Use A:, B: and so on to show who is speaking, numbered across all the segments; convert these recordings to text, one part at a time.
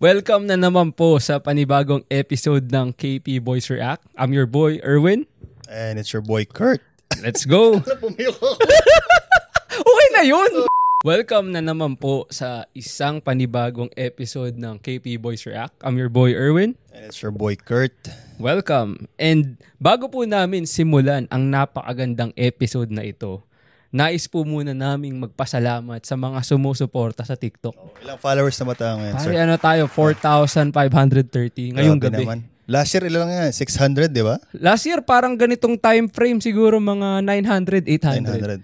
A: Welcome na naman po sa panibagong episode ng KP Boys React. I'm your boy, Erwin.
B: And it's your boy Kurt.
A: Let's go!
B: Pumiyok
A: Okay na yun! Welcome na naman po sa isang panibagong episode ng KP Boys React. I'm your boy, Erwin.
B: And it's your boy Kurt.
A: Welcome! And bago po namin simulan ang napakagandang episode na ito, nais po muna naming magpasalamat sa mga sumusuporta sa TikTok.
B: Ilang followers na ba tayo ngayon, sir?
A: Pare, ano tayo? 4,530 ngayong
B: Grabe
A: gabi.
B: naman. Last year, ilan lang yan? 600, di ba?
A: Last year, parang ganitong time frame siguro mga 900,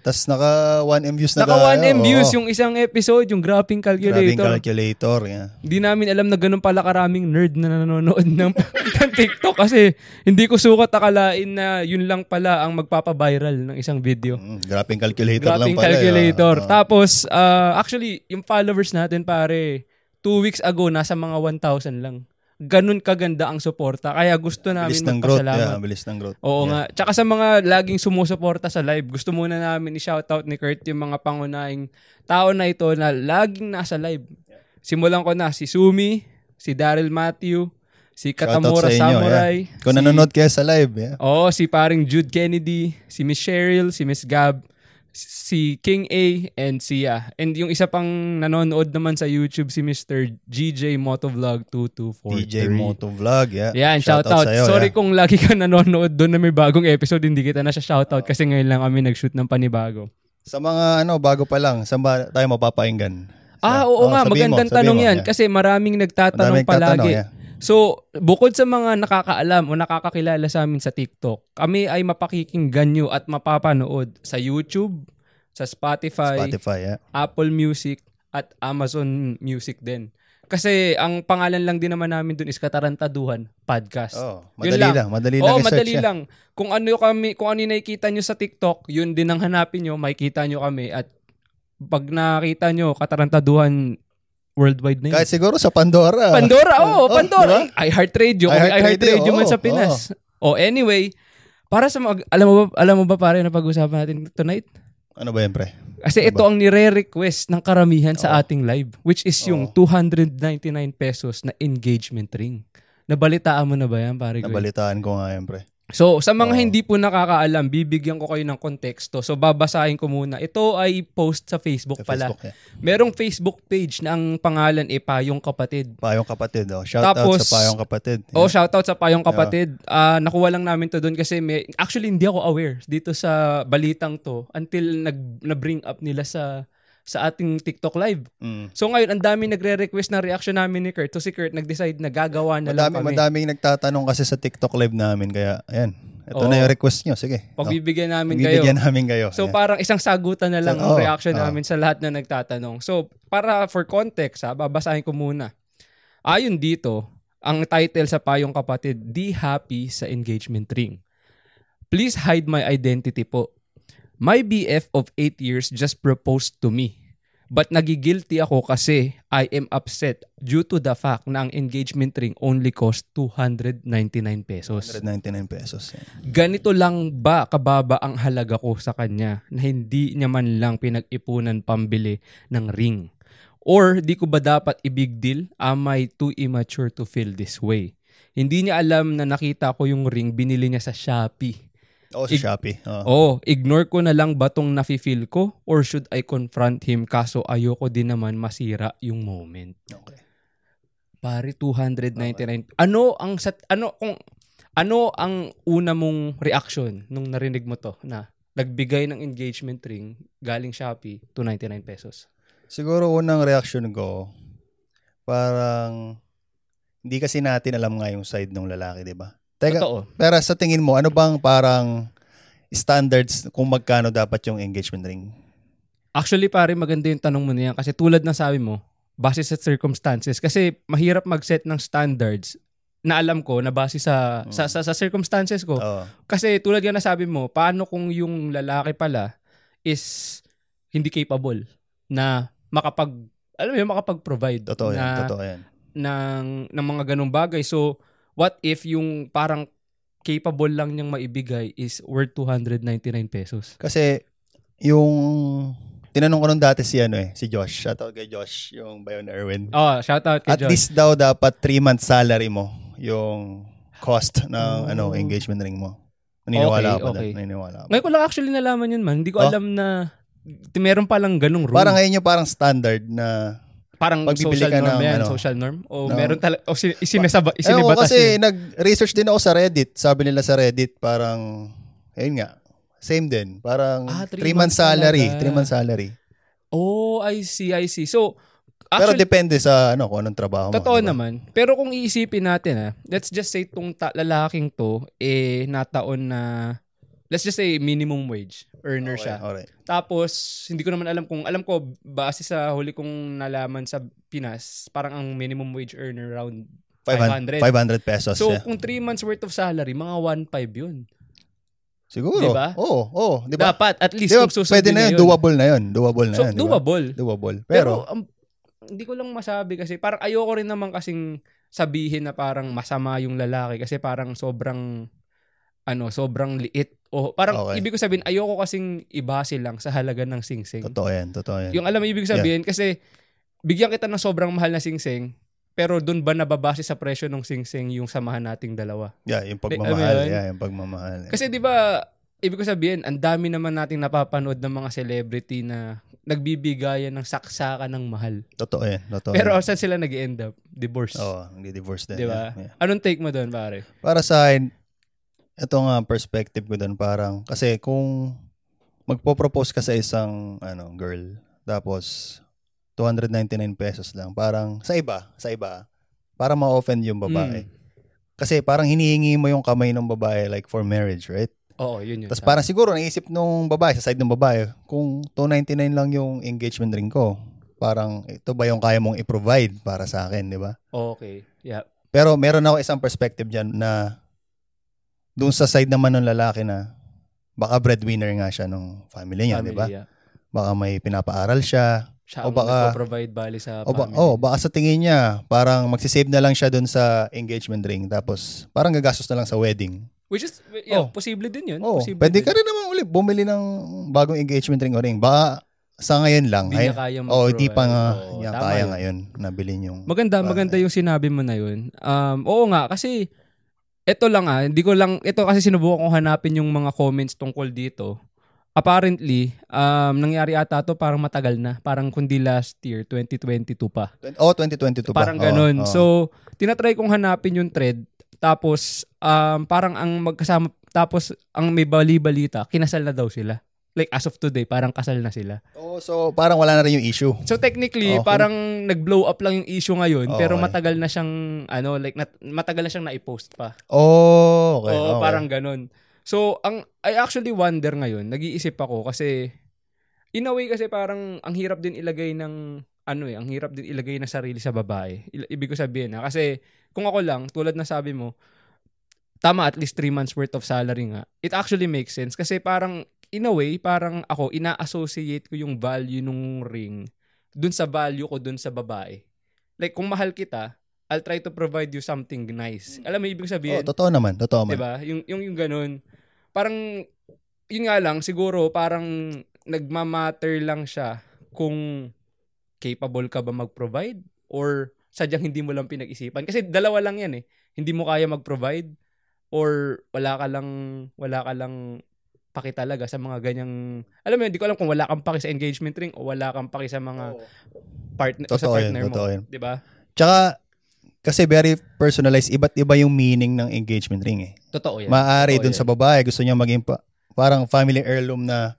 A: 800.
B: 900. Tapos naka 1M views na
A: Naka
B: tayo.
A: 1M
B: Oo.
A: views yung isang episode, yung graphing
B: Grabe yung
A: calculator.
B: calculator. Yeah.
A: Hindi namin alam na ganun pala karaming nerd na nanonood ng, ng TikTok kasi hindi ko sukat akalain na yun lang pala ang magpapaviral ng isang video.
B: Mm, grabe yung calculator lang
A: Graphing
B: pala. eh.
A: calculator.
B: Oo.
A: Tapos, ah, actually, yung followers natin pare, two weeks ago, nasa mga 1,000 lang. Ganun kaganda ang suporta. Kaya gusto namin
B: bilis ng growth.
A: magpasalamat.
B: Yeah, bilis ng growth.
A: Oo nga. Tsaka sa mga laging sumusuporta sa live, gusto muna namin i-shoutout ni Kurt yung mga pangunahing tao na ito na laging nasa live. Simulan ko na si Sumi, si Daryl Matthew, si Katamura
B: Shoutout sa inyo,
A: Samurai.
B: yeah. Kung nanonood kayo sa live, yeah.
A: Oo, si paring Jude Kennedy, si Miss Cheryl, si Miss Gab, si King A, and siya. And yung isa pang nanonood naman sa YouTube, si Mr. GJ Motovlog 2243.
B: DJ Moto Vlog, yeah.
A: Yan, shoutout.
B: sa'yo,
A: Sorry
B: yeah.
A: kung lagi ka nanonood doon na may bagong episode, hindi kita na siya shoutout kasi ngayon lang kami nag-shoot ng panibago.
B: Sa mga ano, bago pa lang, saan ba tayo mapapakinggan?
A: Ah,
B: Sa-
A: oo
B: oh,
A: nga,
B: sabihin mo,
A: magandang
B: sabihin
A: tanong
B: mo,
A: yan
B: yeah.
A: kasi maraming nagtatanong
B: Maraming tatanong,
A: palagi.
B: yeah.
A: So, bukod sa mga nakakaalam o nakakakilala sa amin sa TikTok, kami ay mapakikinggan nyo at mapapanood sa YouTube, sa Spotify,
B: Spotify, yeah.
A: Apple Music, at Amazon Music din. Kasi ang pangalan lang din naman namin dun is Katarantaduhan Podcast.
B: Oh,
A: Yun
B: madali
A: lang.
B: lang. Madali lang.
A: Oo,
B: i-search
A: madali
B: yan.
A: lang. Kung ano kami, kung ano yung nakikita nyo sa TikTok, yun din ang hanapin nyo, makikita nyo kami at pag nakita nyo, katarantaduhan worldwide na yun.
B: Kahit siguro sa Pandora.
A: Pandora, oo,
B: Oh,
A: Pandora.
B: diba?
A: iHeartRadio, kung may
B: iHeartRadio,
A: iHeartRadio man
B: oo,
A: sa Pinas. Oh, anyway, para sa mag, alam mo ba, alam mo ba pare na pag-usapan natin tonight?
B: Ano ba yan, pre?
A: Kasi ito ang nire-request ng karamihan sa ating live, which is yung 299 pesos na engagement ring. Nabalitaan mo na ba yan, pare? Gwen?
B: Nabalitaan ko nga yan, pre.
A: So, sa mga hindi po nakakaalam, bibigyan ko kayo ng konteksto. So, babasahin ko muna. Ito ay post sa Facebook
B: Sa
A: pala.
B: Facebook. Yeah.
A: Merong Facebook page na ang pangalan ay Payong Kapatid.
B: Payong Kapatid. Oh. Shout out
A: Tapos-
B: sa Payong Kapatid.
A: Oh, shoutout sa Payong Kapatid. Ah, nakuha lang namin to doon kasi may, actually hindi ako aware dito sa balitang to until nag, na-bring up nila sa sa ating TikTok live.
B: Mm.
A: So ngayon, ang dami nagre-request ng reaction namin ni Kurt. So si Kurt nag-decide na gagawa na
B: Madami,
A: lang kami.
B: madaming nagtatanong kasi sa TikTok live namin. Kaya, ayan. Ito
A: Oo.
B: na yung request nyo. Sige.
A: Pagbibigyan
B: Oh,
A: Oh. namin kayo.
B: Bibigyan namin kayo.
A: So
B: Yeah.
A: parang isang sagutan na lang
B: So,
A: ang
B: oo,
A: reaction
B: oo.
A: namin sa lahat na nagtatanong. So para for context ha, babasahin ko muna. Ayon dito, ang title sa Payong Kapatid, Di Happy sa Engagement Ring. Please hide my identity po. My BF of 8 years just proposed to me. But nagigilty ako kasi I am upset due to the fact na ang engagement ring only cost 299 pesos
B: 199 pesos. Yeah.
A: ganito lang ba kababa ang halaga ko sa kanya na hindi niya man lang pinag-ipunan pambili ng ring? Or di ko ba dapat i-big deal? Am I too immature to feel this way? Hindi niya alam na nakita ko yung ring binili niya sa Shopee.
B: Oh, sa
A: Ig-
B: Shopee. Oh.
A: Oh, ignore ko na lang ba tong nafe-feel ko? Or should I confront him kaso ayoko din naman masira yung moment?
B: Okay.
A: Pare 299. Ano ang sa ano kung ano ang una mong reaction nung narinig mo to na nagbigay ng engagement ring galing Shopee 299 pesos.
B: Siguro unang reaction ko, parang, hindi kasi natin alam nga yung side ng lalaki, di ba? Teka,
A: Totoo.
B: Pero sa tingin mo, ano bang parang standards kung magkano dapat yung engagement ring?
A: Actually pare maganda yung tanong mo na yan kasi tulad ng sabi mo base sa circumstances kasi mahirap mag-set ng standards na alam ko na base sa sa, sa, sa circumstances ko
B: Oo.
A: kasi tulad nga na sabi mo paano kung yung lalaki pala is hindi capable na makapag alam mo yun, makapag-provide
B: Totoo yan,
A: na
B: totoo yan.
A: ng ng mga ganong bagay. So, what if yung parang capable lang niyang maibigay is worth 299 pesos?
B: Kasi yung tinanong ko nung dati si ano eh, si Josh. Shoutout kay Josh, yung Bayon Erwin.
A: Oh, shout out kay
B: At
A: John.
B: least daw dapat 3 months salary mo yung cost ng
A: Oh.
B: ano engagement ring mo.
A: Okay,
B: Naniniwala ako doon.
A: okay.
B: Naniniwala ako.
A: Ngayon ko lang actually nalaman yun man. Hindi ko
B: Oh.
A: alam na t- meron palang ganong rule.
B: Parang ngayon yung parang standard na
A: parang
B: pagbibili
A: social
B: ka
A: norm
B: ng
A: yan,
B: ano,
A: social norm. O
B: ng-
A: meron talaga, o sin- isinisaba,
B: Ewan ko
A: isinibatas
B: kasi
A: yun.
B: nag-research din ako sa Reddit. Sabi nila sa Reddit, parang, ayun nga, same din. Parang
A: Ah,
B: 3
A: three
B: months
A: months
B: salary.
A: talaga.
B: 3 months salary.
A: Oh, I see, I see. So,
B: Pero
A: actually,
B: depende sa ano kung anong trabaho mo.
A: totoo
B: di ba?
A: naman. Pero kung iisipin natin, ah, let's just say itong ta- lalaking to, eh, nataon na, let's just say minimum wage earner
B: Okay,
A: siya.
B: alright.
A: Tapos, hindi ko naman alam kung, alam ko, base sa huli kong nalaman sa Pinas, parang ang minimum wage earner around
B: 500,
A: 500.
B: 500 pesos.
A: So,
B: yeah.
A: kung 3 months worth of salary, mga 1.5 yun.
B: Siguro.
A: di ba?
B: Oo, oo. Di ba?
A: Dapat, at least,
B: Di ba,
A: kung susundin
B: pwede na yun. Doable na yun. Doable na
A: So,
B: yun. di ba?
A: doable.
B: Doable.
A: Pero,
B: Pero,
A: um, hindi ko lang masabi kasi, parang ayoko rin naman kasing sabihin na parang masama yung lalaki kasi parang sobrang, ano, sobrang liit. O parang
B: Okay.
A: ibig ko sabihin, ayoko kasing ibase lang sa halaga ng sing-sing.
B: totoo yan. Totoo yan.
A: Yung alam mo ibig
B: Yeah.
A: sabihin kasi bigyan kita ng sobrang mahal na singsing pero doon ba nababase sa presyo ng singsing yung samahan nating dalawa?
B: yeah, yung
A: Alam mo
B: pagmamahal.
A: yun?
B: Yeah, yung pagmamahal.
A: Kasi 'di ba ibig ko sabihin ang dami naman nating napapanood ng mga celebrity na nagbibigayan ng saksakan ng mahal.
B: totoo yan. Totoo
A: Pero
B: yan.
A: saan sila nag-end up? Divorce.
B: Oo, hindi-divorce
A: Di
B: din.
A: ba?
B: Yeah, yeah.
A: Anong take mo doon, pare?
B: Para sa akin, ito nga perspective ko doon parang kasi kung magpo-propose ka sa isang ano girl tapos 299 pesos lang parang sa iba sa iba para ma-offend yung babae
A: Mm.
B: kasi parang hinihingi mo yung kamay ng babae like for marriage right
A: Oo, yun yun.
B: tapos parang siguro naisip nung babae sa side ng babae kung 299 lang yung engagement ring ko parang ito ba yung kaya mong i-provide para sa akin di ba
A: Okay. Yeah.
B: pero meron ako isang perspective dyan na doon sa side naman ng lalaki na baka breadwinner nga siya ng family niya, di ba?
A: yeah.
B: Baka may pinapaaral siya.
A: Siya
B: O
A: ang
B: baka-
A: nagpo-provide bali sa
B: O, ba,
A: family.
B: oh, baka sa tingin niya, parang magsisave na lang siya doon sa engagement ring. Tapos parang gagastos na lang sa wedding.
A: Which is, yeah,
B: Oh.
A: posible din yun.
B: Oh,
A: Posible din.
B: pwede ka rin naman ulit bumili ng bagong engagement ring o ring. Baka sa ngayon lang.
A: Hindi niya
B: ay-
A: kaya
B: oh, hindi pa
A: mag-provide.
B: nga
A: Oo,
B: niya
A: Oh, tama
B: kaya
A: yun.
B: ngayon nabili yung...
A: Maganda,
B: Parang-
A: maganda yung sinabi mo na yun. Um, oo nga, kasi ito lang ah, hindi ko lang, ito kasi sinubukan ko hanapin yung mga comments tungkol dito. Apparently, um, nangyari ata to parang matagal na. Parang kundi last year, 2022 pa.
B: oh, 2022 ba?
A: Parang
B: Oo,
A: ganun.
B: oo.
A: So, tinatry kong hanapin yung thread. Tapos, um, parang ang magkasama, tapos ang may bali-balita, kinasal na daw sila. Like as of today, parang kasal na sila.
B: Oo, Oh, so parang wala na rin yung issue.
A: So technically,
B: Okay.
A: parang nag-blow up lang yung issue ngayon, pero
B: Okay.
A: matagal na siyang ano, like nat- matagal na siyang na-post pa.
B: Oh, okay.
A: Oo,
B: okay.
A: parang ganun. So, ang I actually wonder ngayon, nag-iisip ako kasi in a way kasi parang ang hirap din ilagay ng ano eh, ang hirap din ilagay ng sarili sa babae. I- ibig ko sabihin na kasi kung ako lang, tulad na sabi mo, tama at least 3 months worth of salary nga. It actually makes sense kasi parang in a way, parang ako ina-associate ko yung value nung ring dun sa value ko dun sa babae. Like kung mahal kita, I'll try to provide you something nice. Alam mo ibig
B: Oh,
A: sabihin?
B: totoo naman, totoo naman.
A: 'di ba? Diba? Yung yung yung ganun. Parang yun nga lang siguro parang nagmamatter lang siya kung capable ka ba mag-provide or sadyang hindi mo lang pinag-isipan kasi dalawa lang 'yan eh. Hindi mo kaya mag-provide or wala ka lang wala ka lang paki talaga sa mga ganyang alam mo yun, hindi ko alam kung wala kang paki sa engagement ring o wala kang paki sa mga partner o sa
B: Totoo yun,
A: partner mo,
B: totoo yun.
A: 'di ba?
B: Tsaka, kasi very personalized, iba't iba yung meaning ng engagement ring eh.
A: Totoo 'yan.
B: Maaari
A: totoo
B: dun
A: yun.
B: sa babae, gusto niya maging pa, parang family heirloom na,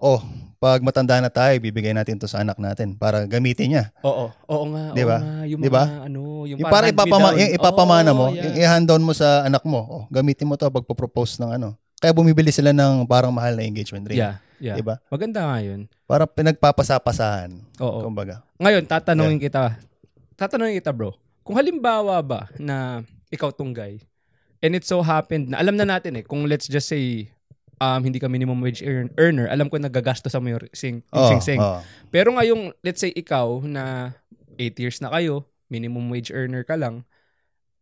B: oh, pag matanda na tayo, bibigay natin to sa anak natin para gamitin niya.
A: Oo, oo nga,
B: Di ba?
A: oo nga, yung
B: Di ba?
A: mga ano, yung,
B: Yung para ipapama,
A: hand-me-down.
B: yung ipapamana
A: Oo,
B: mo,
A: yeah.
B: yung i-hand down mo sa anak mo, oh, gamitin mo to pag propose ng ano. Kaya bumibili sila ng parang mahal na engagement ring.
A: Yeah, yeah.
B: Diba?
A: Maganda nga yun.
B: Para pinagpapasapasahan,
A: Oo.
B: kumbaga.
A: Ngayon, tatanungin kita. Tatanungin kita, bro. Kung halimbawa ba na ikaw tong guy, and it so happened na, alam na natin eh, kung let's just say, um, hindi ka minimum wage earn- earner, alam ko nagagasto sa mo yung sing, yung
B: Oo,
A: sing-sing.
B: oo.
A: Pero ngayong, let's say ikaw na 8 years na kayo, minimum wage earner ka lang,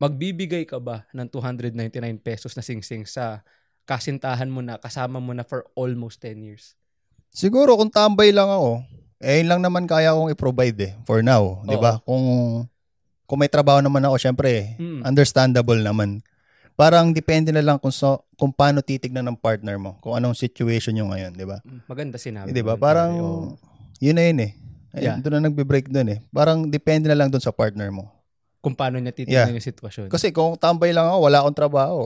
A: magbibigay ka ba ng 299 pesos na sing-sing sa kasintahan mo na kasama mo na for almost 10 years?
B: Siguro kung tambay lang ako, eh yun lang naman kaya kong i-provide eh for now, 'di
A: Oo.
B: ba? Kung kung may trabaho naman ako, syempre,
A: Mm.
B: understandable naman. Parang depende na lang kung so, kung paano titignan ng partner mo, kung anong situation yung ngayon, 'di ba?
A: Maganda sinabi.
B: Eh, 'Di ba?
A: mo,
B: Parang
A: Jerry. Oo.
B: yun na yun eh. Ay,
A: Yeah.
B: Doon na nagbe-break doon eh. Parang depende na lang doon sa partner mo.
A: kung paano niya
B: Yeah.
A: titignan yung sitwasyon.
B: Kasi kung tambay lang ako, wala akong trabaho.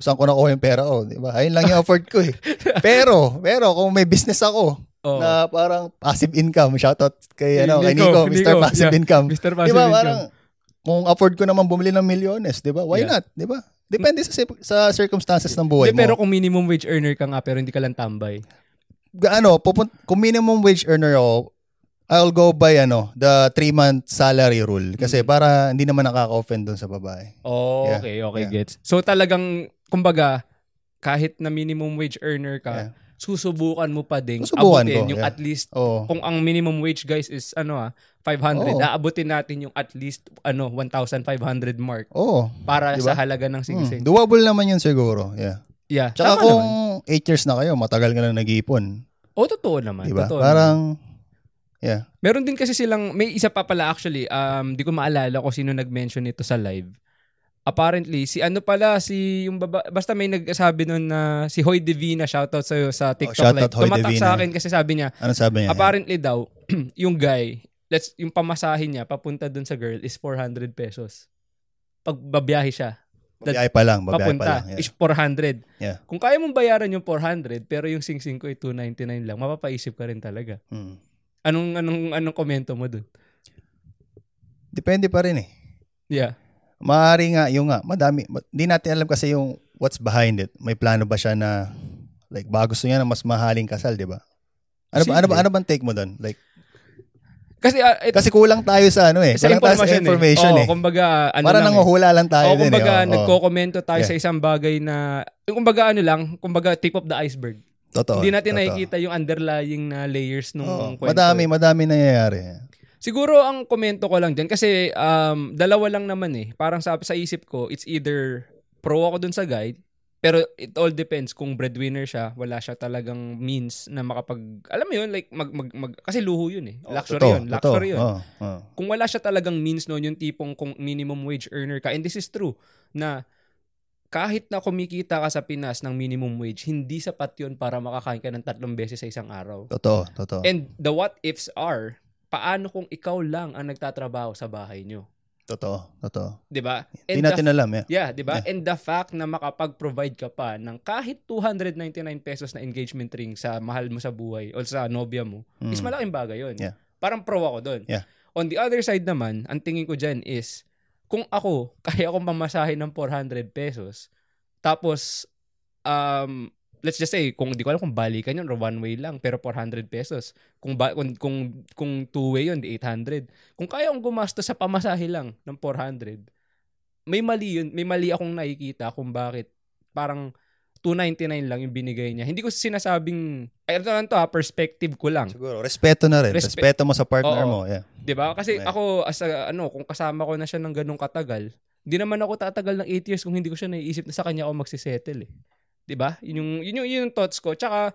B: Saan ko nakuha yung pera ko, 'di ba? Ayun lang yung effort ko eh. Pero, pero kung may business ako,
A: Oo.
B: na parang passive income. Shoutout kay,
A: Kay
B: ano, kay Nico,
A: Nico,
B: Mr.
A: Nico,
B: Passive
A: yeah.
B: Income.
A: Mr.
B: Di
A: Passive
B: ba,
A: Income.
B: parang kung afford ko naman bumili ng milyones, di ba? Why
A: Yeah.
B: not? Di ba? Depende sa sa circumstances ng buhay
A: Hindi,
B: mo.
A: pero kung minimum wage earner ka nga pero hindi ka lang tambay.
B: ano, pupun- kung minimum wage earner ako, I'll go by ano, the three-month salary
A: Mm.
B: rule. Kasi para hindi naman nakaka-offend dun sa babae.
A: Oh,
B: Yeah.
A: okay, okay,
B: Yeah.
A: gets. So talagang, kumbaga, kahit na minimum wage earner ka, susubukan mo pa ding
B: Susubukan
A: abutin
B: ko,
A: yung
B: yeah.
A: at least,
B: Oo.
A: kung ang minimum wage guys is ano ah, 500,
B: Oo.
A: aabutin natin yung at least ano 1,500 mark
B: Oo.
A: para
B: Diba?
A: sa halaga ng
B: Hmm.
A: sigisig.
B: Doable naman yun siguro. Yeah.
A: Yeah. Tama
B: Tsaka kung
A: naman.
B: 8 years na kayo, matagal ka na nag-iipon.
A: Oh, totoo naman.
B: Di ba?
A: Totoo naman.
B: Parang, yeah.
A: Meron din kasi silang, may isa pa pala actually, um, di ko maalala kung sino nag-mention nito sa live. Apparently, si ano pala, si yung baba, basta may nagsabi nun na si Hoy Divina, shoutout sa'yo sa TikTok
B: Oh, shoutout
A: live.
B: Hoy
A: Tumatak
B: Divina.
A: sa akin kasi sabi niya,
B: Ano sabi niya?
A: apparently daw, yung guy, let's, yung pamasahin niya, papunta dun sa girl is 400 pesos. Pag babiyahe siya,
B: Babiyahe pa lang, babiyahe pa
A: papunta,
B: lang. Yeah.
A: is 400.
B: Yeah.
A: Kung kaya mong bayaran yung 400, pero yung sing-sing ko ay 299 lang, mapapaisip ka rin talaga.
B: Hmm.
A: Anong, anong, anong komento mo dun?
B: Depende pa rin eh.
A: Yeah.
B: Maaari nga, yung nga, madami. ma- Di natin alam kasi yung what's behind it. May plano ba siya na, like, bago gusto niya na mas mahaling kasal, di ba? Ano ba, ano
A: Posible.
B: ba, ano bang take mo doon? Like,
A: Kasi ah, it-
B: kasi kulang tayo sa ano eh.
A: sa
B: Kulang tayo sa
A: information,
B: information
A: eh.
B: eh.
A: Oo, kumbaga, ano
B: Para
A: lang eh.
B: nanguhula lang
A: Oo,
B: tayo din eh.
A: kumbaga,
B: Oo, oo.
A: nagko-komento tayo
B: Yeah.
A: sa isang bagay na, kumbaga ano lang, kumbaga tip of the iceberg.
B: Totoo,
A: Hindi natin
B: totoo.
A: nakikita yung underlying na layers nung
B: Oo,
A: kwento. eh.
B: madami, madami nangyayari.
A: Siguro ang komento ko lang dyan, kasi um, dalawa lang naman eh. Parang sa, sa isip ko, it's either pro ako dun sa guide, pero it all depends kung breadwinner siya, wala siya talagang means na makapag, alam mo yun, like, mag, mag, mag- kasi luho yun eh. Luxury
B: Oh, Totoo, Oh.
A: yun,
B: totoo.
A: luxury yun
B: Oo, oo.
A: kung wala siya talagang means noon, yung tipong kung minimum wage earner ka, and this is true, na kahit na kumikita ka sa Pinas ng minimum wage, hindi sapat yun para makakain ka ng tatlong beses sa isang araw.
B: Totoo, totoo.
A: And the what ifs are, paano kung ikaw lang ang nagtatrabaho sa bahay nyo?
B: Totoo, totoo.
A: 'Di ba? And
B: Hindi natin
A: the,
B: alam, yeah.
A: yeah, 'di ba? And the fact na makapag-provide ka pa ng kahit 299 pesos na engagement ring sa mahal mo sa buhay o sa nobya mo,
B: Hmm.
A: is malaking bagay yun.
B: Yeah.
A: Parang pro ako doon.
B: Yeah.
A: On the other side naman, ang tingin ko dyan is, kung ako, kaya akong pamasahin ng 400 pesos, tapos, um, let's just say, kung di ko alam kung balikan yun or one way lang, pero 400 pesos. Kung, ba, kung, kung, kung two way yun, di 800. Kung kaya akong gumastos sa pamasahe lang ng 400, may mali yun, may mali akong nakikita kung bakit parang 299 lang yung binigay niya. Hindi ko sinasabing, ay, ito lang to ha, perspective ko lang.
B: Siguro, respeto na rin.
A: Respe-
B: respeto mo sa partner
A: Oo.
B: mo. Yeah.
A: 'Di ba? Kasi
B: Yeah.
A: ako as a, ano, kung kasama ko na siya ng ganung katagal, hindi naman ako tatagal ng 8 years kung hindi ko siya naiisip na sa kanya ako magsisettle eh. 'Di ba? Yun yung yun yung, yun yung thoughts ko. Tsaka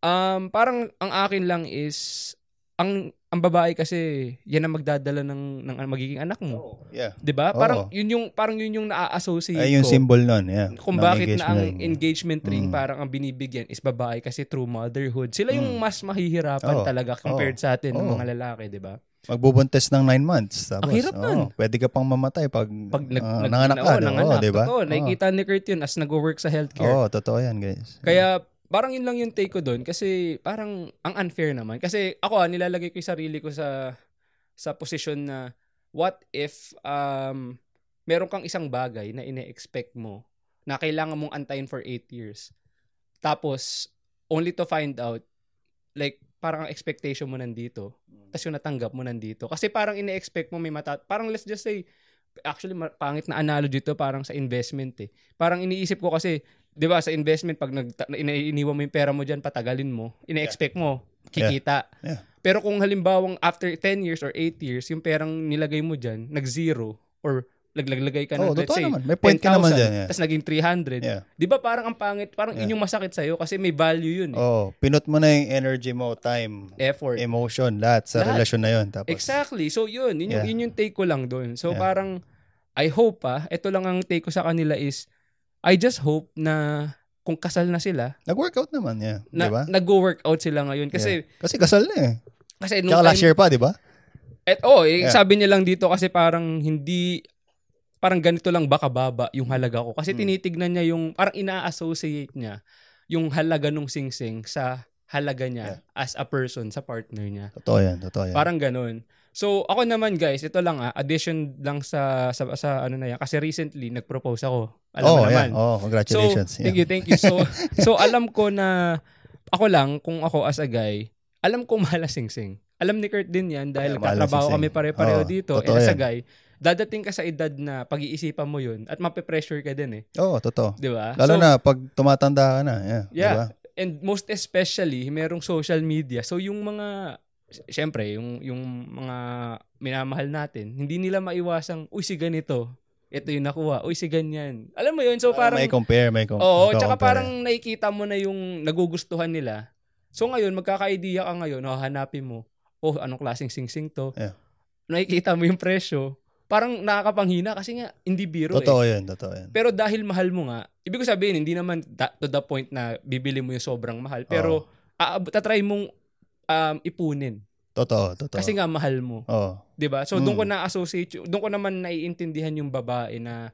A: um, parang ang akin lang is ang ang babae kasi yan ang magdadala ng ng magiging anak mo.
B: Yeah.
A: 'Di ba?
B: Oo.
A: Parang yun yung parang yun yung naa-associate
B: Ay, yung
A: ko
B: symbol nun. Yeah.
A: kung
B: Ng
A: bakit na
B: engagement
A: ang
B: ring.
A: engagement ring
B: Mm.
A: parang ang binibigyan is babae kasi through motherhood. Sila yung
B: Mm.
A: mas mahihirapan
B: Oo.
A: talaga compared sa atin ng
B: Oo.
A: mga lalaki, 'di ba?
B: Magbubuntis ng nine months. Tapos,
A: Ang hirap
B: oo,
A: nun.
B: Pwede ka pang mamatay pag,
A: pag nag,
B: ah,
A: nag-
B: nanganak ka.
A: oo,
B: no?
A: nanganak,
B: Oo, diba?
A: totoo.
B: Oo.
A: Nakikita ni Kurt yun as nag-work sa healthcare.
B: Oo, Oh, totoo yan, guys. Oh,
A: Kaya parang yun lang yung take ko doon kasi parang ang unfair naman. Kasi ako ah, nilalagay ko yung sarili ko sa sa posisyon na what if um, meron kang isang bagay na ine-expect mo na kailangan mong antayin for 8 years. Tapos, only to find out, like, parang ang expectation mo nandito.
B: Mm.
A: Tapos yung natanggap mo nandito. Kasi parang ine-expect mo may mata... Parang let's just say, actually, ma- pangit na analogy to parang sa investment eh. Parang iniisip ko kasi, di ba, sa investment, pag nag, iniwan mo yung pera mo dyan, patagalin mo, ine-expect mo, kikita.
B: Yeah.
A: Pero kung halimbawang after 10 years or 8 years, yung perang nilagay mo dyan, nag-zero, or laglaglagay ka ng,
B: Oo,
A: let's
B: totoo
A: say,
B: naman. May point ka naman dyan. Yeah.
A: Tapos naging 300.
B: Yeah.
A: Di ba parang ang pangit, parang
B: Yeah.
A: inyong masakit sa'yo kasi may value yun. Eh.
B: Oo, pinot Oh, mo na yung energy mo, time,
A: Effort.
B: emotion, lahat sa
A: Lahat.
B: relasyon na yun. Tapos,
A: Exactly. So yun, yun, yung-
B: Yeah.
A: yun yung take ko lang doon. So
B: Yeah.
A: parang I hope ah, ito lang ang take ko sa kanila is I just hope na kung kasal na sila,
B: Nag-workout naman, yeah.
A: na,
B: di ba?
A: nag-workout sila ngayon kasi
B: Yeah. Kasi kasal na eh.
A: kasi nung
B: Tsaka last
A: time,
B: year pa, di ba?
A: et, oh, eh,
B: Yeah.
A: sabi niya lang dito kasi parang hindi parang ganito lang baka baba yung halaga ko kasi
B: Mm.
A: tinitignan niya yung parang ina-associate niya yung halaga nung singsing sa halaga niya as a person sa partner niya.
B: Totoo yan, totoo yan.
A: Parang ganun. So ako naman guys, ito lang ah, addition lang sa sa, sa ano na yan kasi recently nag-propose ako. Alam mo
B: oh,
A: naman.
B: yeah. Oh,
A: so
B: congratulations. yeah.
A: thank you, thank you. So so alam ko na ako lang kung ako as a guy, alam ko mahal ang singsing. Alam ni Kurt din 'yan dahil
B: Yeah, mahal ang
A: katrabaho
B: singsing.
A: kami pare-pareho
B: Oo,
A: dito. And
B: totoo
A: as a
B: yan.
A: guy, dadating ka sa edad na pag-iisipan mo 'yun at mape-pressure ka din eh,
B: Oo, Oh, totoo.
A: 'di ba?
B: Lalo
A: So,
B: na pag tumatanda ka na, yeah.
A: Yeah.
B: Di ba?
A: and most especially merong social media so yung mga syempre yung yung mga minamahal natin hindi nila maiwasang uy si ganito ito yung nakuha uy si ganyan alam mo yun so parang
B: Parang may compare, may
A: oo
B: com- magko-compare.
A: tsaka parang nakikita mo na yung nagugustuhan nila so ngayon magkaka-idea ka ngayon oh, hanapin mo oh anong klaseng singsing to
B: Yeah.
A: nakikita mo yung presyo parang nakakapanghina kasi nga hindi biro eh.
B: Totoo yan, totoo yan.
A: Pero dahil mahal mo nga, ibig ko sabihin, hindi naman da- to the point na bibili mo yung sobrang mahal. Pero aab- tatry mong um, ipunin.
B: Totoo, totoo.
A: Kasi nga mahal mo.
B: Oo.
A: 'di ba So doon ko
B: Mm.
A: na-associate, yung- doon ko naman naiintindihan yung babae na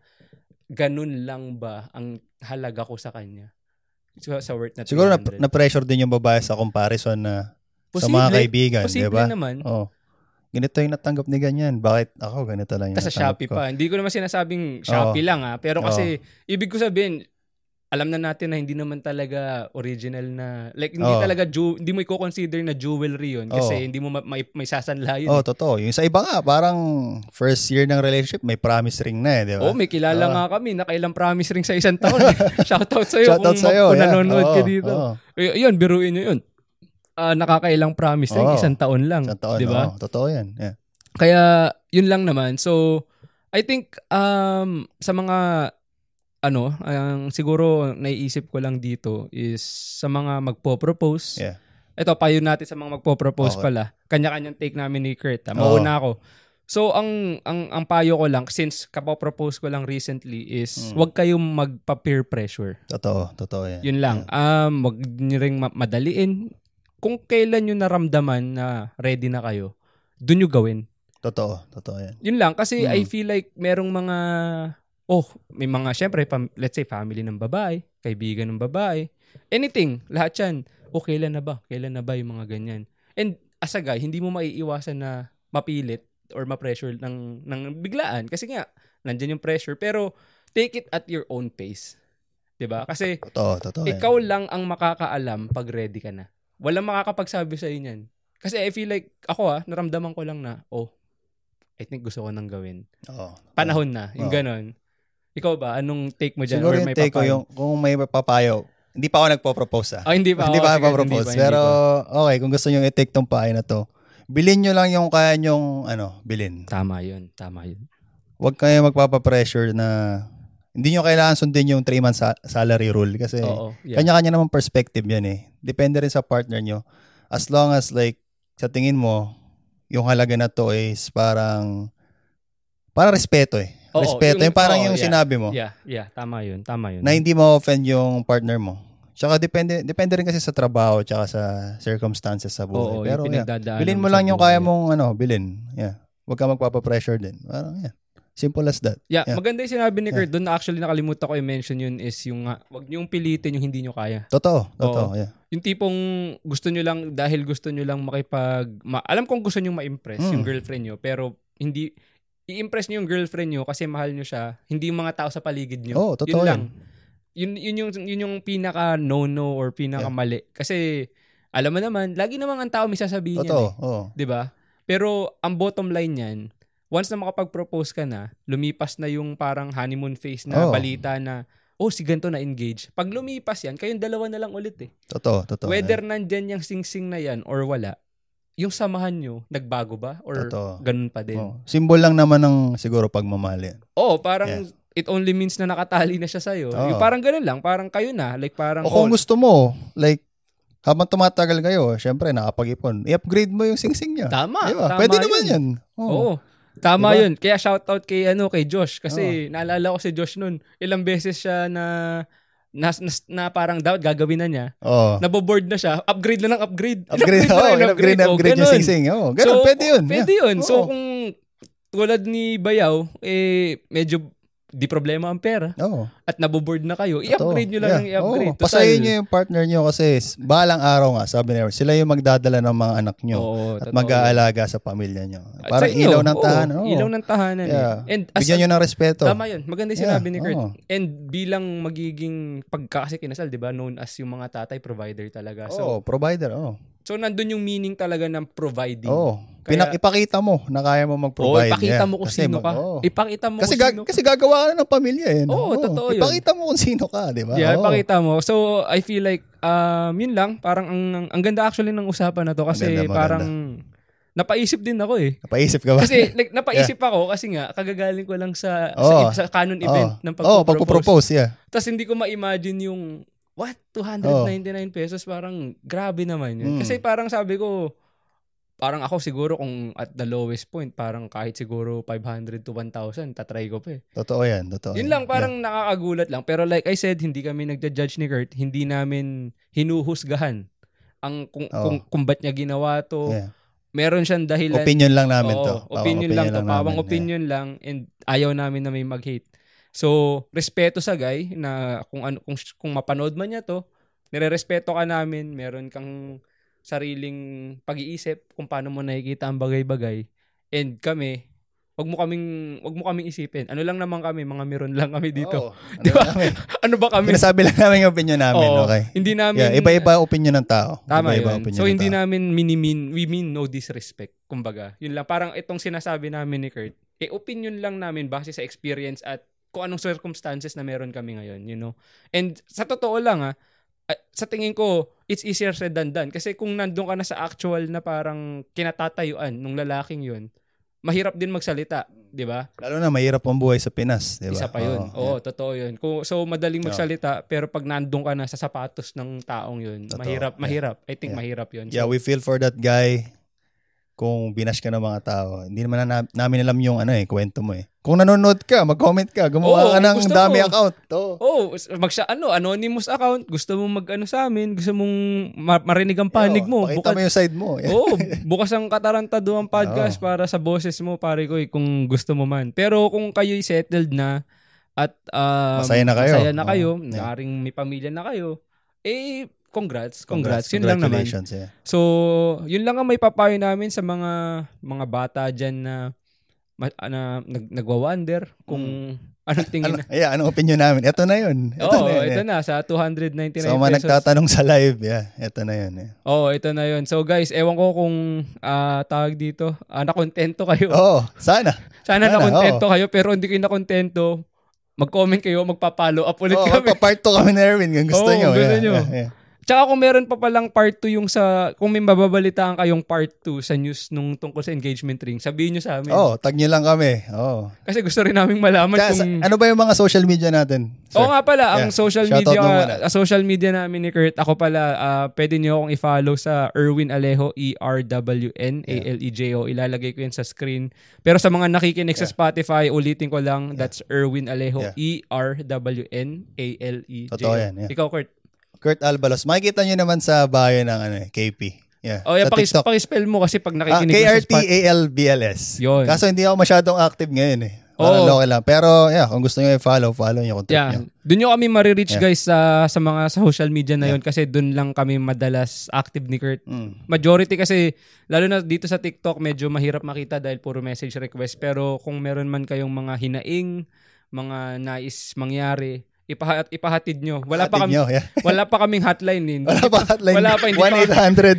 A: ganun lang ba ang halaga ko sa kanya. So, sa worth na
B: Siguro na,
A: 300.
B: na-pressure din yung babae sa comparison na sa
A: Posible,
B: mga kaibigan, di
A: posible
B: ba?
A: naman.
B: Oo. Ganito yung natanggap ni ganyan. Bakit ako ganito lang yung
A: Tapos sa
B: natanggap
A: Shopee
B: ko?
A: pa. Hindi ko naman sinasabing Shopee lang ah. Pero kasi, ibig ko sabihin, alam na natin na hindi naman talaga original na, like hindi
B: Oo.
A: talaga, ju- hindi mo i-consider na jewelry yun kasi
B: Oo.
A: hindi mo ma- may, may sasanla yun. eh.
B: Oo, oh, totoo. Yung sa iba nga, parang first year ng relationship, may promise ring na eh, di ba?
A: Oo, Oh, may kilala
B: Oo.
A: nga kami, nakailang promise ring sa isang taon. Shoutout sa'yo kung,
B: Shoutout
A: ma-
B: sa'yo.
A: kung
B: yeah.
A: nanonood ka
B: Oo,
A: dito.
B: oo.
A: Eh, yun, biruin nyo yun. Ah, nakakailang promise ring,
B: Oo.
A: isang taon lang.
B: Isang taon,
A: di ba?
B: oo. Totoo yan. Yeah.
A: Kaya yun lang naman. So I think um sa mga ano, ang siguro naiisip ko lang dito is sa mga magpo-propose.
B: Yeah.
A: Ito payo natin sa mga magpo-propose
B: Okay.
A: pala. Kanya-kanyang take namin ni Kurt. ah.
B: Oo.
A: Mauna ako. So ang ang ang payo ko lang since kapo-propose ko lang recently is
B: Mm.
A: wag kayong magpa-peer pressure.
B: Totoo, totoo yan.
A: Yun lang. Um, wag niyo ring ma- madaliin. Kung kailan nyo naramdaman na ready na kayo, dun nyo gawin
B: Totoo, totoo yan.
A: yun lang kasi
B: Mm.
A: I feel like merong mga oh, may mga syempre fam- let's say family ng babae, kaibigan ng babae, anything, lahat 'yan. O kailan na ba? Kailan na ba yung mga ganyan? And as a guy, hindi mo maiiwasan na mapilit or ma-pressure ng ng biglaan kasi nga nandiyan yung pressure pero take it at your own pace. 'Di ba? Kasi
B: Totoo, totoo yan.
A: ikaw lang ang makakaalam pag ready ka na. Walang makakapagsabi sa niyan. Kasi I feel like ako ah, naramdaman ko lang na, oh, I think gusto ko nang gawin.
B: Oo.
A: Panahon na, yung
B: Oo.
A: ganon. Ikaw ba, anong take mo dyan?
B: Oh. Siguro
A: Or
B: yung
A: may
B: take ko
A: papayo?
B: yung, kung may papayo, hindi pa ako nagpo-propose ah.
A: Oh, hindi pa.
B: hindi
A: Oh,
B: pa
A: sige,
B: ako
A: hindi
B: propose
A: pa, hindi
B: Pero,
A: pa.
B: okay, kung gusto nyo i-take tong pahay na to, bilin nyo lang yung kaya nyong, ano, bilin.
A: Tama yun, tama yun.
B: Huwag kayo magpapapressure na hindi nyo kailangan sundin yung 3 months sa- salary rule kasi
A: Oo, yeah.
B: kanya-kanya naman perspective yan eh. Depende rin sa partner nyo. As long as like, sa tingin mo, yung halaga na to is parang, parang respeto eh.
A: Oo,
B: respeto.
A: yung-
B: Yung, parang
A: oo,
B: yung
A: yeah.
B: sinabi mo
A: yeah, yeah, tama yun, tama yun.
B: na hindi ma-offend yung partner mo. Tsaka depende, depende rin kasi sa trabaho tsaka sa circumstances sa
A: Oo,
B: buhay. Pero
A: yung
B: yeah,
A: pinagdadaanan
B: bilin mo
A: sa
B: lang yung kaya
A: buhay.
B: mong ano, bilin. Yeah. Huwag ka magpapa-pressure din. Parang yeah. Simple as that.
A: Yeah,
B: Yeah.
A: maganda yung sinabi ni Kurt. Doon na actually nakalimutan ko i-mention yun is yung, nga, wag niyong pilitin yung hindi niyo kaya.
B: Totoo, totoo. Yeah.
A: yung tipong gusto nyo lang dahil gusto nyo lang makipag ma- alam kong gusto nyo ma-impress
B: Mm.
A: yung girlfriend nyo pero hindi i-impress nyo yung girlfriend nyo kasi mahal nyo siya hindi yung mga tao sa paligid nyo
B: Oo, Oh, totoo
A: yun
B: yan.
A: lang yun, yun yung yun yung pinaka no no or pinaka mali kasi alam mo naman lagi naman ang tao may sasabihin yan
B: Totoo,
A: eh,
B: oo.
A: 'di ba pero ang bottom line niyan once na makapag-propose ka na lumipas na yung parang honeymoon phase na
B: Oo.
A: balita na oh si ganito na engage pag lumipas yan kayong dalawa na lang ulit eh
B: Totoo, totoo.
A: Whether nandyan yung singsing na yan or wala, yung samahan nyo, nagbago ba? Or
B: Totoo. Oh.
A: ganun pa din?
B: Oo. Symbol lang naman ng siguro pagmamahal yan.
A: Oo, parang
B: Yes.
A: it only means na nakatali na siya sa'yo.
B: Oo.
A: Yung parang ganun lang, parang kayo na. Like parang,
B: O
A: all-
B: kung gusto mo, like, habang tumatagal kayo, syempre, nakapag-ipon, i-upgrade mo yung singsing niya.
A: tama,
B: Di
A: tama
B: ba? Pwede
A: yun.
B: naman yan. Oo.
A: Oo. Tama
B: Diba?
A: yun. Kaya shoutout kay ano kay Josh kasi naalala ko si Josh noon. Ilang beses siya na na, na, na parang dapat gagawin na niya.
B: Oo.
A: Naboboard na siya. Upgrade na lang upgrade.
B: Oh. Upgrade,
A: na
B: oh,
A: lang
B: upgrade, na
A: Oh,
B: upgrade yung
A: ganun.
B: singsing. Oo,
A: So,
B: ganun, pwede yun.
A: Pwede
B: Yeah.
A: yun. So
B: Oo.
A: kung tulad ni Bayaw, eh medyo di problema ang pera
B: Oo.
A: at naboboard na kayo,
B: Totoo.
A: i-upgrade nyo lang
B: Yeah.
A: ng i-upgrade. ano.
B: Oo. Pasayin nyo yung partner nyo kasi s- balang araw nga, sabi nila, sila yung magdadala ng mga anak nyo at mag-aalaga sa pamilya nyo. Para ilaw ng tahanan. oo.
A: Ilaw ng tahanan. eh.
B: Yeah.
A: And as
B: Bigyan nyo ng respeto.
A: Tama yun. Maganda yung
B: Yeah,
A: sinabi ni Kurt.
B: oo.
A: And bilang magiging pagkakasi kinasal, di ba, known as yung mga tatay provider talaga. So,
B: Oo, provider. Oo.
A: so nandun yung meaning talaga ng providing.
B: Oo.
A: Kaya-
B: Pinak- ipakita mo na kaya mo
A: Oo,
B: mag-provide.
A: ipakita
B: Yeah.
A: mo kung
B: Kasi
A: sino
B: mag-
A: ka.
B: oo.
A: Ipakita mo
B: Kasi,
A: kung
B: gag-
A: sino ka.
B: kasi gagawaan na ng pamilya eh. no?
A: Oo, totoo yun.
B: Ipakita mo kung sino ka, di ba?
A: Yeah,
B: Oo.
A: ipakita mo. So, I feel like, um, yun lang, parang ang, ang, ang ganda actually ng usapan na to kasi
B: Maganda, maganda.
A: parang napaisip din ako eh.
B: Napaisip ka ba?
A: Kasi like, napaisip ako kasi nga, kagagaling ko lang sa,
B: Oo.
A: sa, sa canon event ng pagpropose.
B: Oo, Oh. pagpo-propose, yeah.
A: Tapos hindi ko ma-imagine yung, what? 299 pesos? Parang grabe naman yun.
B: Oh. Mm.
A: Kasi parang sabi ko, parang ako siguro kung at the lowest point, parang kahit siguro 500 to 1,000, tatry ko pa eh.
B: Totoo yan, totoo.
A: Yun
B: yan.
A: lang, parang nakakagulat lang. Pero like I said, hindi kami nagja-judge ni Kurt. Hindi namin hinuhusgahan ang kung,
B: Oo.
A: kung, kung ba't niya ginawa to.
B: Oh. Yeah.
A: Meron siyang
B: Yeah.
A: dahilan.
B: Opinion lang namin
A: Oo,
B: to. Oo,
A: opinion lang to. Pawang
B: namin, yeah.
A: opinion lang and ayaw namin na may mag-hate. So, respeto sa guy na kung ano kung kung mapanood man niya to, nirerespeto ka namin, meron kang sariling pag-iisip kung paano mo nakikita ang bagay-bagay. And kami, wag mo kaming wag mo kaming isipin. Ano lang naman kami, mga meron lang kami dito.
B: Oo, ano
A: Di ba?
B: namin?
A: Ano ba kami?
B: Pinasabi lang namin yung opinion namin,
A: Oo.
B: okay?
A: Hindi namin
B: Yeah, iba-iba opinion ng tao.
A: Tama
B: iba-iba
A: yun.
B: opinion
A: So,
B: ng
A: hindi
B: tao.
A: namin minimin, we mean no disrespect. Kumbaga, yun lang. Parang itong sinasabi namin ni Kurt, eh, opinion lang namin base sa experience at kung anong circumstances na meron kami ngayon, you know? And sa totoo lang, ah, ah, sa tingin ko, it's easier said than done. Kasi kung nandun ka na sa actual na parang kinatatayuan nung lalaking yun, mahirap din magsalita, di ba?
B: Lalo na, mahirap ang buhay sa Pinas, di ba?
A: Isa pa yun. Oo, totoo yun. Kung, so, madaling
B: Oo.
A: magsalita, pero pag nandun ka na sa sapatos ng taong yun,
B: Totoo.
A: mahirap,
B: Yeah.
A: mahirap. I think
B: Yeah.
A: mahirap yun.
B: Yeah, we feel for that guy kung binash ka ng mga tao. Hindi naman na, namin alam yung ano eh, kwento mo eh. Kung nanonood ka, mag-comment ka, gumawa
A: Oo,
B: ka ng
A: gusto
B: dami
A: ko.
B: account. Oo.
A: Oh, magsya ano, anonymous account, gusto mong mag-ano sa amin, gusto mong ma- marinig ang panig mo.
B: Pakita mo
A: Bukas,
B: yung side mo. Yeah.
A: oh, bukas ang katarantado ang podcast
B: Oo.
A: para sa boses mo, pare ko, eh, kung gusto mo man. Pero kung kayo'y settled na at um,
B: Masaya na kayo.
A: masaya na kayo,
B: Oo. Yeah.
A: naaring may pamilya na kayo, eh, congrats, congrats. Yun lang naman.
B: Congratulations, yeah.
A: So, yun lang ang may papayo namin sa mga mga bata dyan na, ma- na nag, nagwa-wonder kung anong tingin
B: Ano, yeah, anong opinion namin? Ito na yun. Ito
A: Oo,
B: na yun. eh.
A: ito
B: yeah.
A: na sa 299
B: So,
A: pesos.
B: mga nagtatanong sa live, yeah, ito na yun. Yeah.
A: Oo, ito na 'yon. So guys, ewan ko kung ah, tawag dito, ah, nakontento kayo.
B: Oo, sana.
A: Sana
B: sana,
A: nakontento kayo pero hindi kayo nakontento. Mag-comment kayo, magpa-follow up ulit
B: Oo,
A: kami.
B: magpa-part 2 kami na Erwin kung gusto
A: Oo,
B: nyo.
A: gusto
B: yeah,
A: nyo.
B: yeah, yeah.
A: Tsaka kung meron pa palang part 2 yung sa kung may mababalitaan kayong part 2 sa news nung tungkol sa engagement ring, sabihin niyo sa amin.
B: Oo, tag nyo lang kami. Oo.
A: Kasi gusto rin naming malaman
B: Tsaka, sa-
A: kung
B: ano ba yung mga social media natin? sir?
A: Oo nga pala, ang
B: Yeah.
A: social
B: Shoutout
A: media
B: mo muna.
A: ah, social media namin ni Kurt, ako pala, ah, pwede niyo akong i-follow sa Erwin Alejo, E E-R-W-N-A-L-E-J-O. E Ilalagay ko yan sa screen. Pero sa mga nakikinig sa
B: Yeah.
A: Spotify, ulitin ko lang, that's Erwin Alejo, E
B: Yeah.
A: E-R-W-N-A-L-E-J-O.
B: Totoo yan, yeah.
A: E Ikaw, Kurt.
B: Kurt Albalos. Makikita nyo naman sa bio ng ano, eh, KP. Yeah.
A: O, oh, yeah,
B: sa
A: pakis-
B: TikTok.
A: pakispell mo kasi pag
B: Ah,
A: nakikinig ka sa Spotify.
B: K-R-T-A-L-B-L-S.
A: Yun.
B: Kaso hindi ako masyadong active ngayon eh.
A: Oo.
B: Parang local lang. Pero yeah, kung gusto nyo i-follow, follow nyo. Kung trip nyo.
A: Yeah. Doon nyo kami marireach
B: Yeah.
A: guys sa sa mga social media na
B: Yeah.
A: yun kasi doon lang kami madalas active ni Kurt.
B: Mm.
A: majority kasi lalo na dito sa TikTok medyo mahirap makita dahil puro message request pero kung meron man kayong mga hinaing mga nais mangyari Ipahat, ipahatid nyo. Wala pa,
B: Hatid
A: kami,
B: nyo, yeah.
A: wala pa kaming hotline. Eh.
B: Wala pa hotline.
A: Wala pa, hindi pa-
B: 1-800
A: Di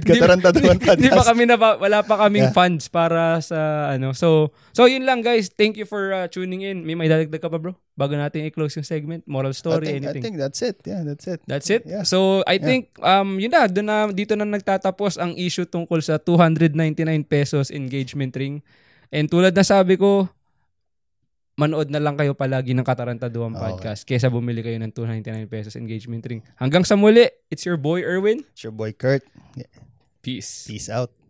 A: ba-
B: Katarantaduan
A: Hindi pa
B: Podcast.
A: kami na wala pa kaming
B: Yeah.
A: funds para sa ano. So, so yun lang guys. Thank you for uh, tuning in. May may dadagdag ka pa bro? Bago natin i-close yung segment, moral story,
B: I think,
A: anything.
B: I think that's it. Yeah, that's it.
A: That's it.
B: Mm, Yeah.
A: So, I
B: Yeah.
A: think um yun na, doon na dito na nagtatapos ang issue tungkol sa 299 pesos engagement ring. And tulad na sabi ko, manood na lang kayo palagi ng Katarantaduan
B: Okay.
A: podcast kaysa bumili kayo ng 299 pesos engagement ring. Hanggang sa muli, it's your boy Erwin.
B: It's your boy Kurt.
A: Peace.
B: Peace out.